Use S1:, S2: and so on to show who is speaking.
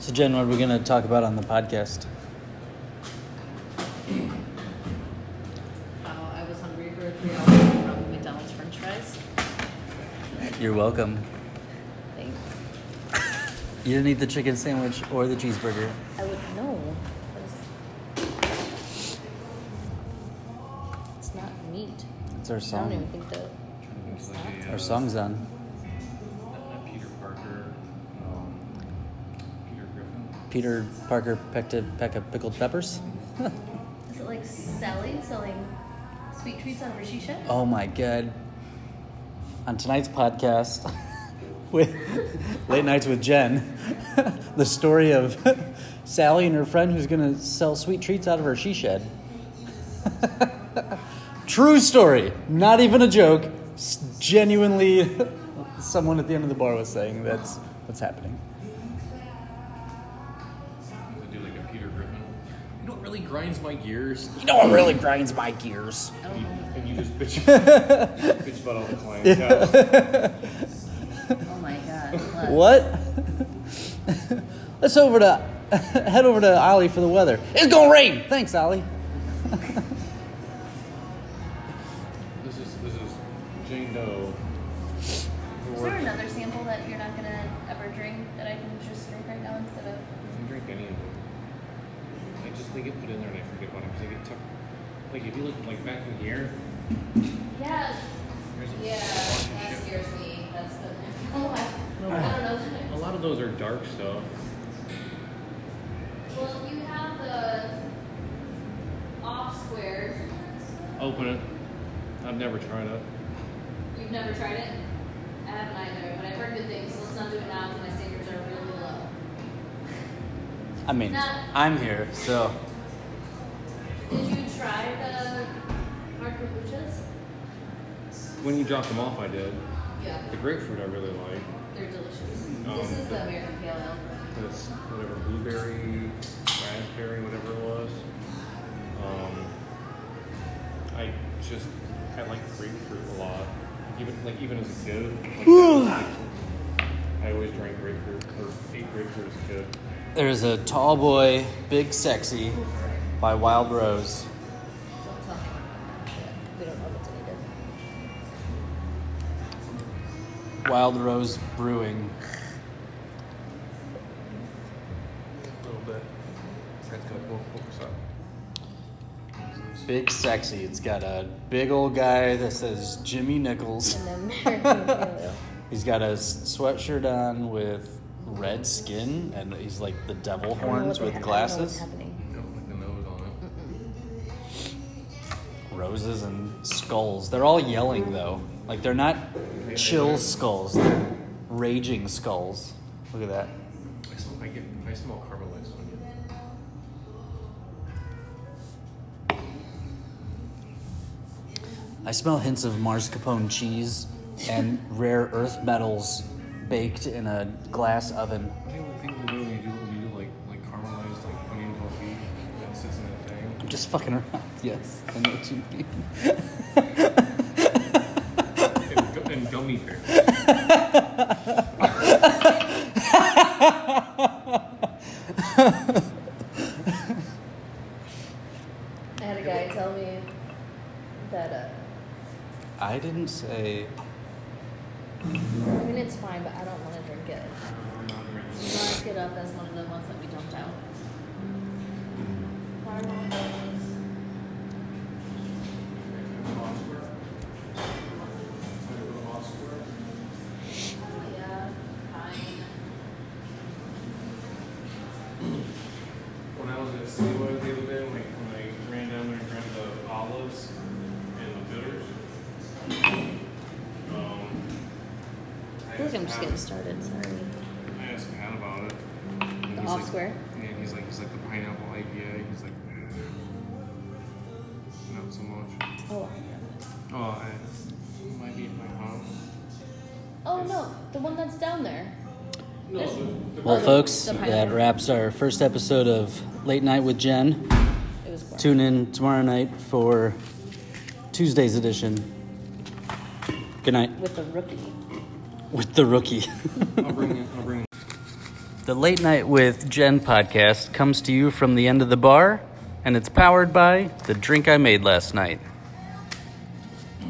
S1: So, Jen, what are we going to talk about on the podcast?
S2: How Uh, I was hungry for a three hour from McDonald's French fries.
S1: You're welcome.
S2: Thanks.
S1: You didn't eat the chicken sandwich or the cheeseburger.
S2: I would know. It's not meat.
S1: It's our
S2: I don't even
S1: song.
S2: think that.
S3: It's like a,
S1: Our
S3: uh,
S1: song's on.
S3: uh, Peter Parker, um, Peter Griffin.
S1: Peter Parker pecked a peck of pickled peppers.
S2: Is it like Sally selling sweet treats on Rishisha?
S1: Oh my god. On tonight's podcast with Late Nights with Jen, the story of Sally and her friend who's gonna sell sweet treats out of her she shed. True story, not even a joke. S- Genuinely, someone at the end of the bar was saying that's what's happening.
S3: I do like a Peter Griffin. You know what really grinds my gears?
S1: You know what really grinds my gears?
S3: You- and you just bitch, you just bitch about all the clientele.
S2: Oh my god. Look.
S1: What? Let's over to head over to Ollie for the weather. It's gonna rain. Thanks, Ollie.
S3: This is this is Jane Doe. who
S2: Is there
S3: works-
S2: another sample that you're not gonna ever drink that I can just drink right now instead of?
S3: I can drink any of them. I just they get put in there and I forget about them because they get tucked. Like if you look like back in here,
S2: Yeah.
S3: there's a
S2: Yeah,
S3: bunch
S2: that
S3: of shit.
S2: scares me. That's the. Oh, I, I don't know.
S3: A lot of those are dark stuff.
S2: Well, you have the off square.
S3: Open it. I've never tried it.
S2: You've never tried it? I haven't either, but I've heard good things, so let's not do it now because my standards are really low.
S1: I mean,
S2: Nah.
S1: I'm here, so
S2: Did you try the Marco Luchas?
S3: When you dropped them off, I did.
S2: Yeah,
S3: The grapefruit I really like.
S2: they're delicious.
S3: No.
S2: This is the American Pale Ale.
S3: This whatever blueberry, raspberry, whatever it was. Um, I just I like grapefruit a lot. Even like even as a kid, like, that was, like, I always drank grapefruit or ate grapefruit as a kid.
S1: there's a tall boy, big sexy, by Wild Rose.
S2: Don't tell me. We don't know what's in it.
S1: Wild Rose Brewing.
S3: A little bit. That's good. We'll focus on.
S1: Big sexy. It's got a big old guy that says Jimmy Nichols.
S2: And the American Pale Ale.
S1: He's got a s- sweatshirt on with red skin, and he's like the devil horns with glasses,
S3: You don't like the nose on it.
S1: roses, and skulls. They're all yelling though. Like they're not
S3: they
S1: chill
S3: do.
S1: skulls. They're raging skulls. Look at that.
S3: I smell. I get. I smell caramelized onion.
S1: I smell hints of Mars Capone cheese and rare earth metals baked in a glass oven.
S3: I think the thing we do when you do when you do like like caramelized like onion coffee that sits in that thing.
S1: I'm just fucking around. Yes, I know what you mean.
S3: and, gu- and gummy bears.
S2: I had a guy tell me that,
S1: I didn't say.
S2: uh, I mean, it's fine, but I don't want to drink it. Mark it up as one of the ones that we dumped out. Oh, Yeah, fine.
S3: When I was at Seaway the other day, when I, when I ran down there and grabbed the olives and the bitters, um,
S2: I feel like I'm just
S3: asked
S2: getting started, sorry.
S3: Pat- I asked Pat about it. and
S2: The
S3: he's
S2: off
S3: like-
S2: square?
S3: Yeah, he's like, he's like the pineapple IPA. He's like, "Eh, not so much.
S2: Oh,
S3: Oh, I, it might be at my house.
S2: oh no, the one that's down there. There's-
S1: Well,
S2: Oh, the-
S1: folks,
S2: the
S1: that
S2: pineapple.
S1: wraps our first episode of Late Night with Jen.
S2: It was boring.
S1: Tune in tomorrow night for Tuesday's edition. Good night
S2: With the rookie.
S1: with the rookie.
S3: I'll bring it. I'll bring
S1: The Late Night with Jen podcast comes to you from the end of the bar, and it's powered by the drink I made last night.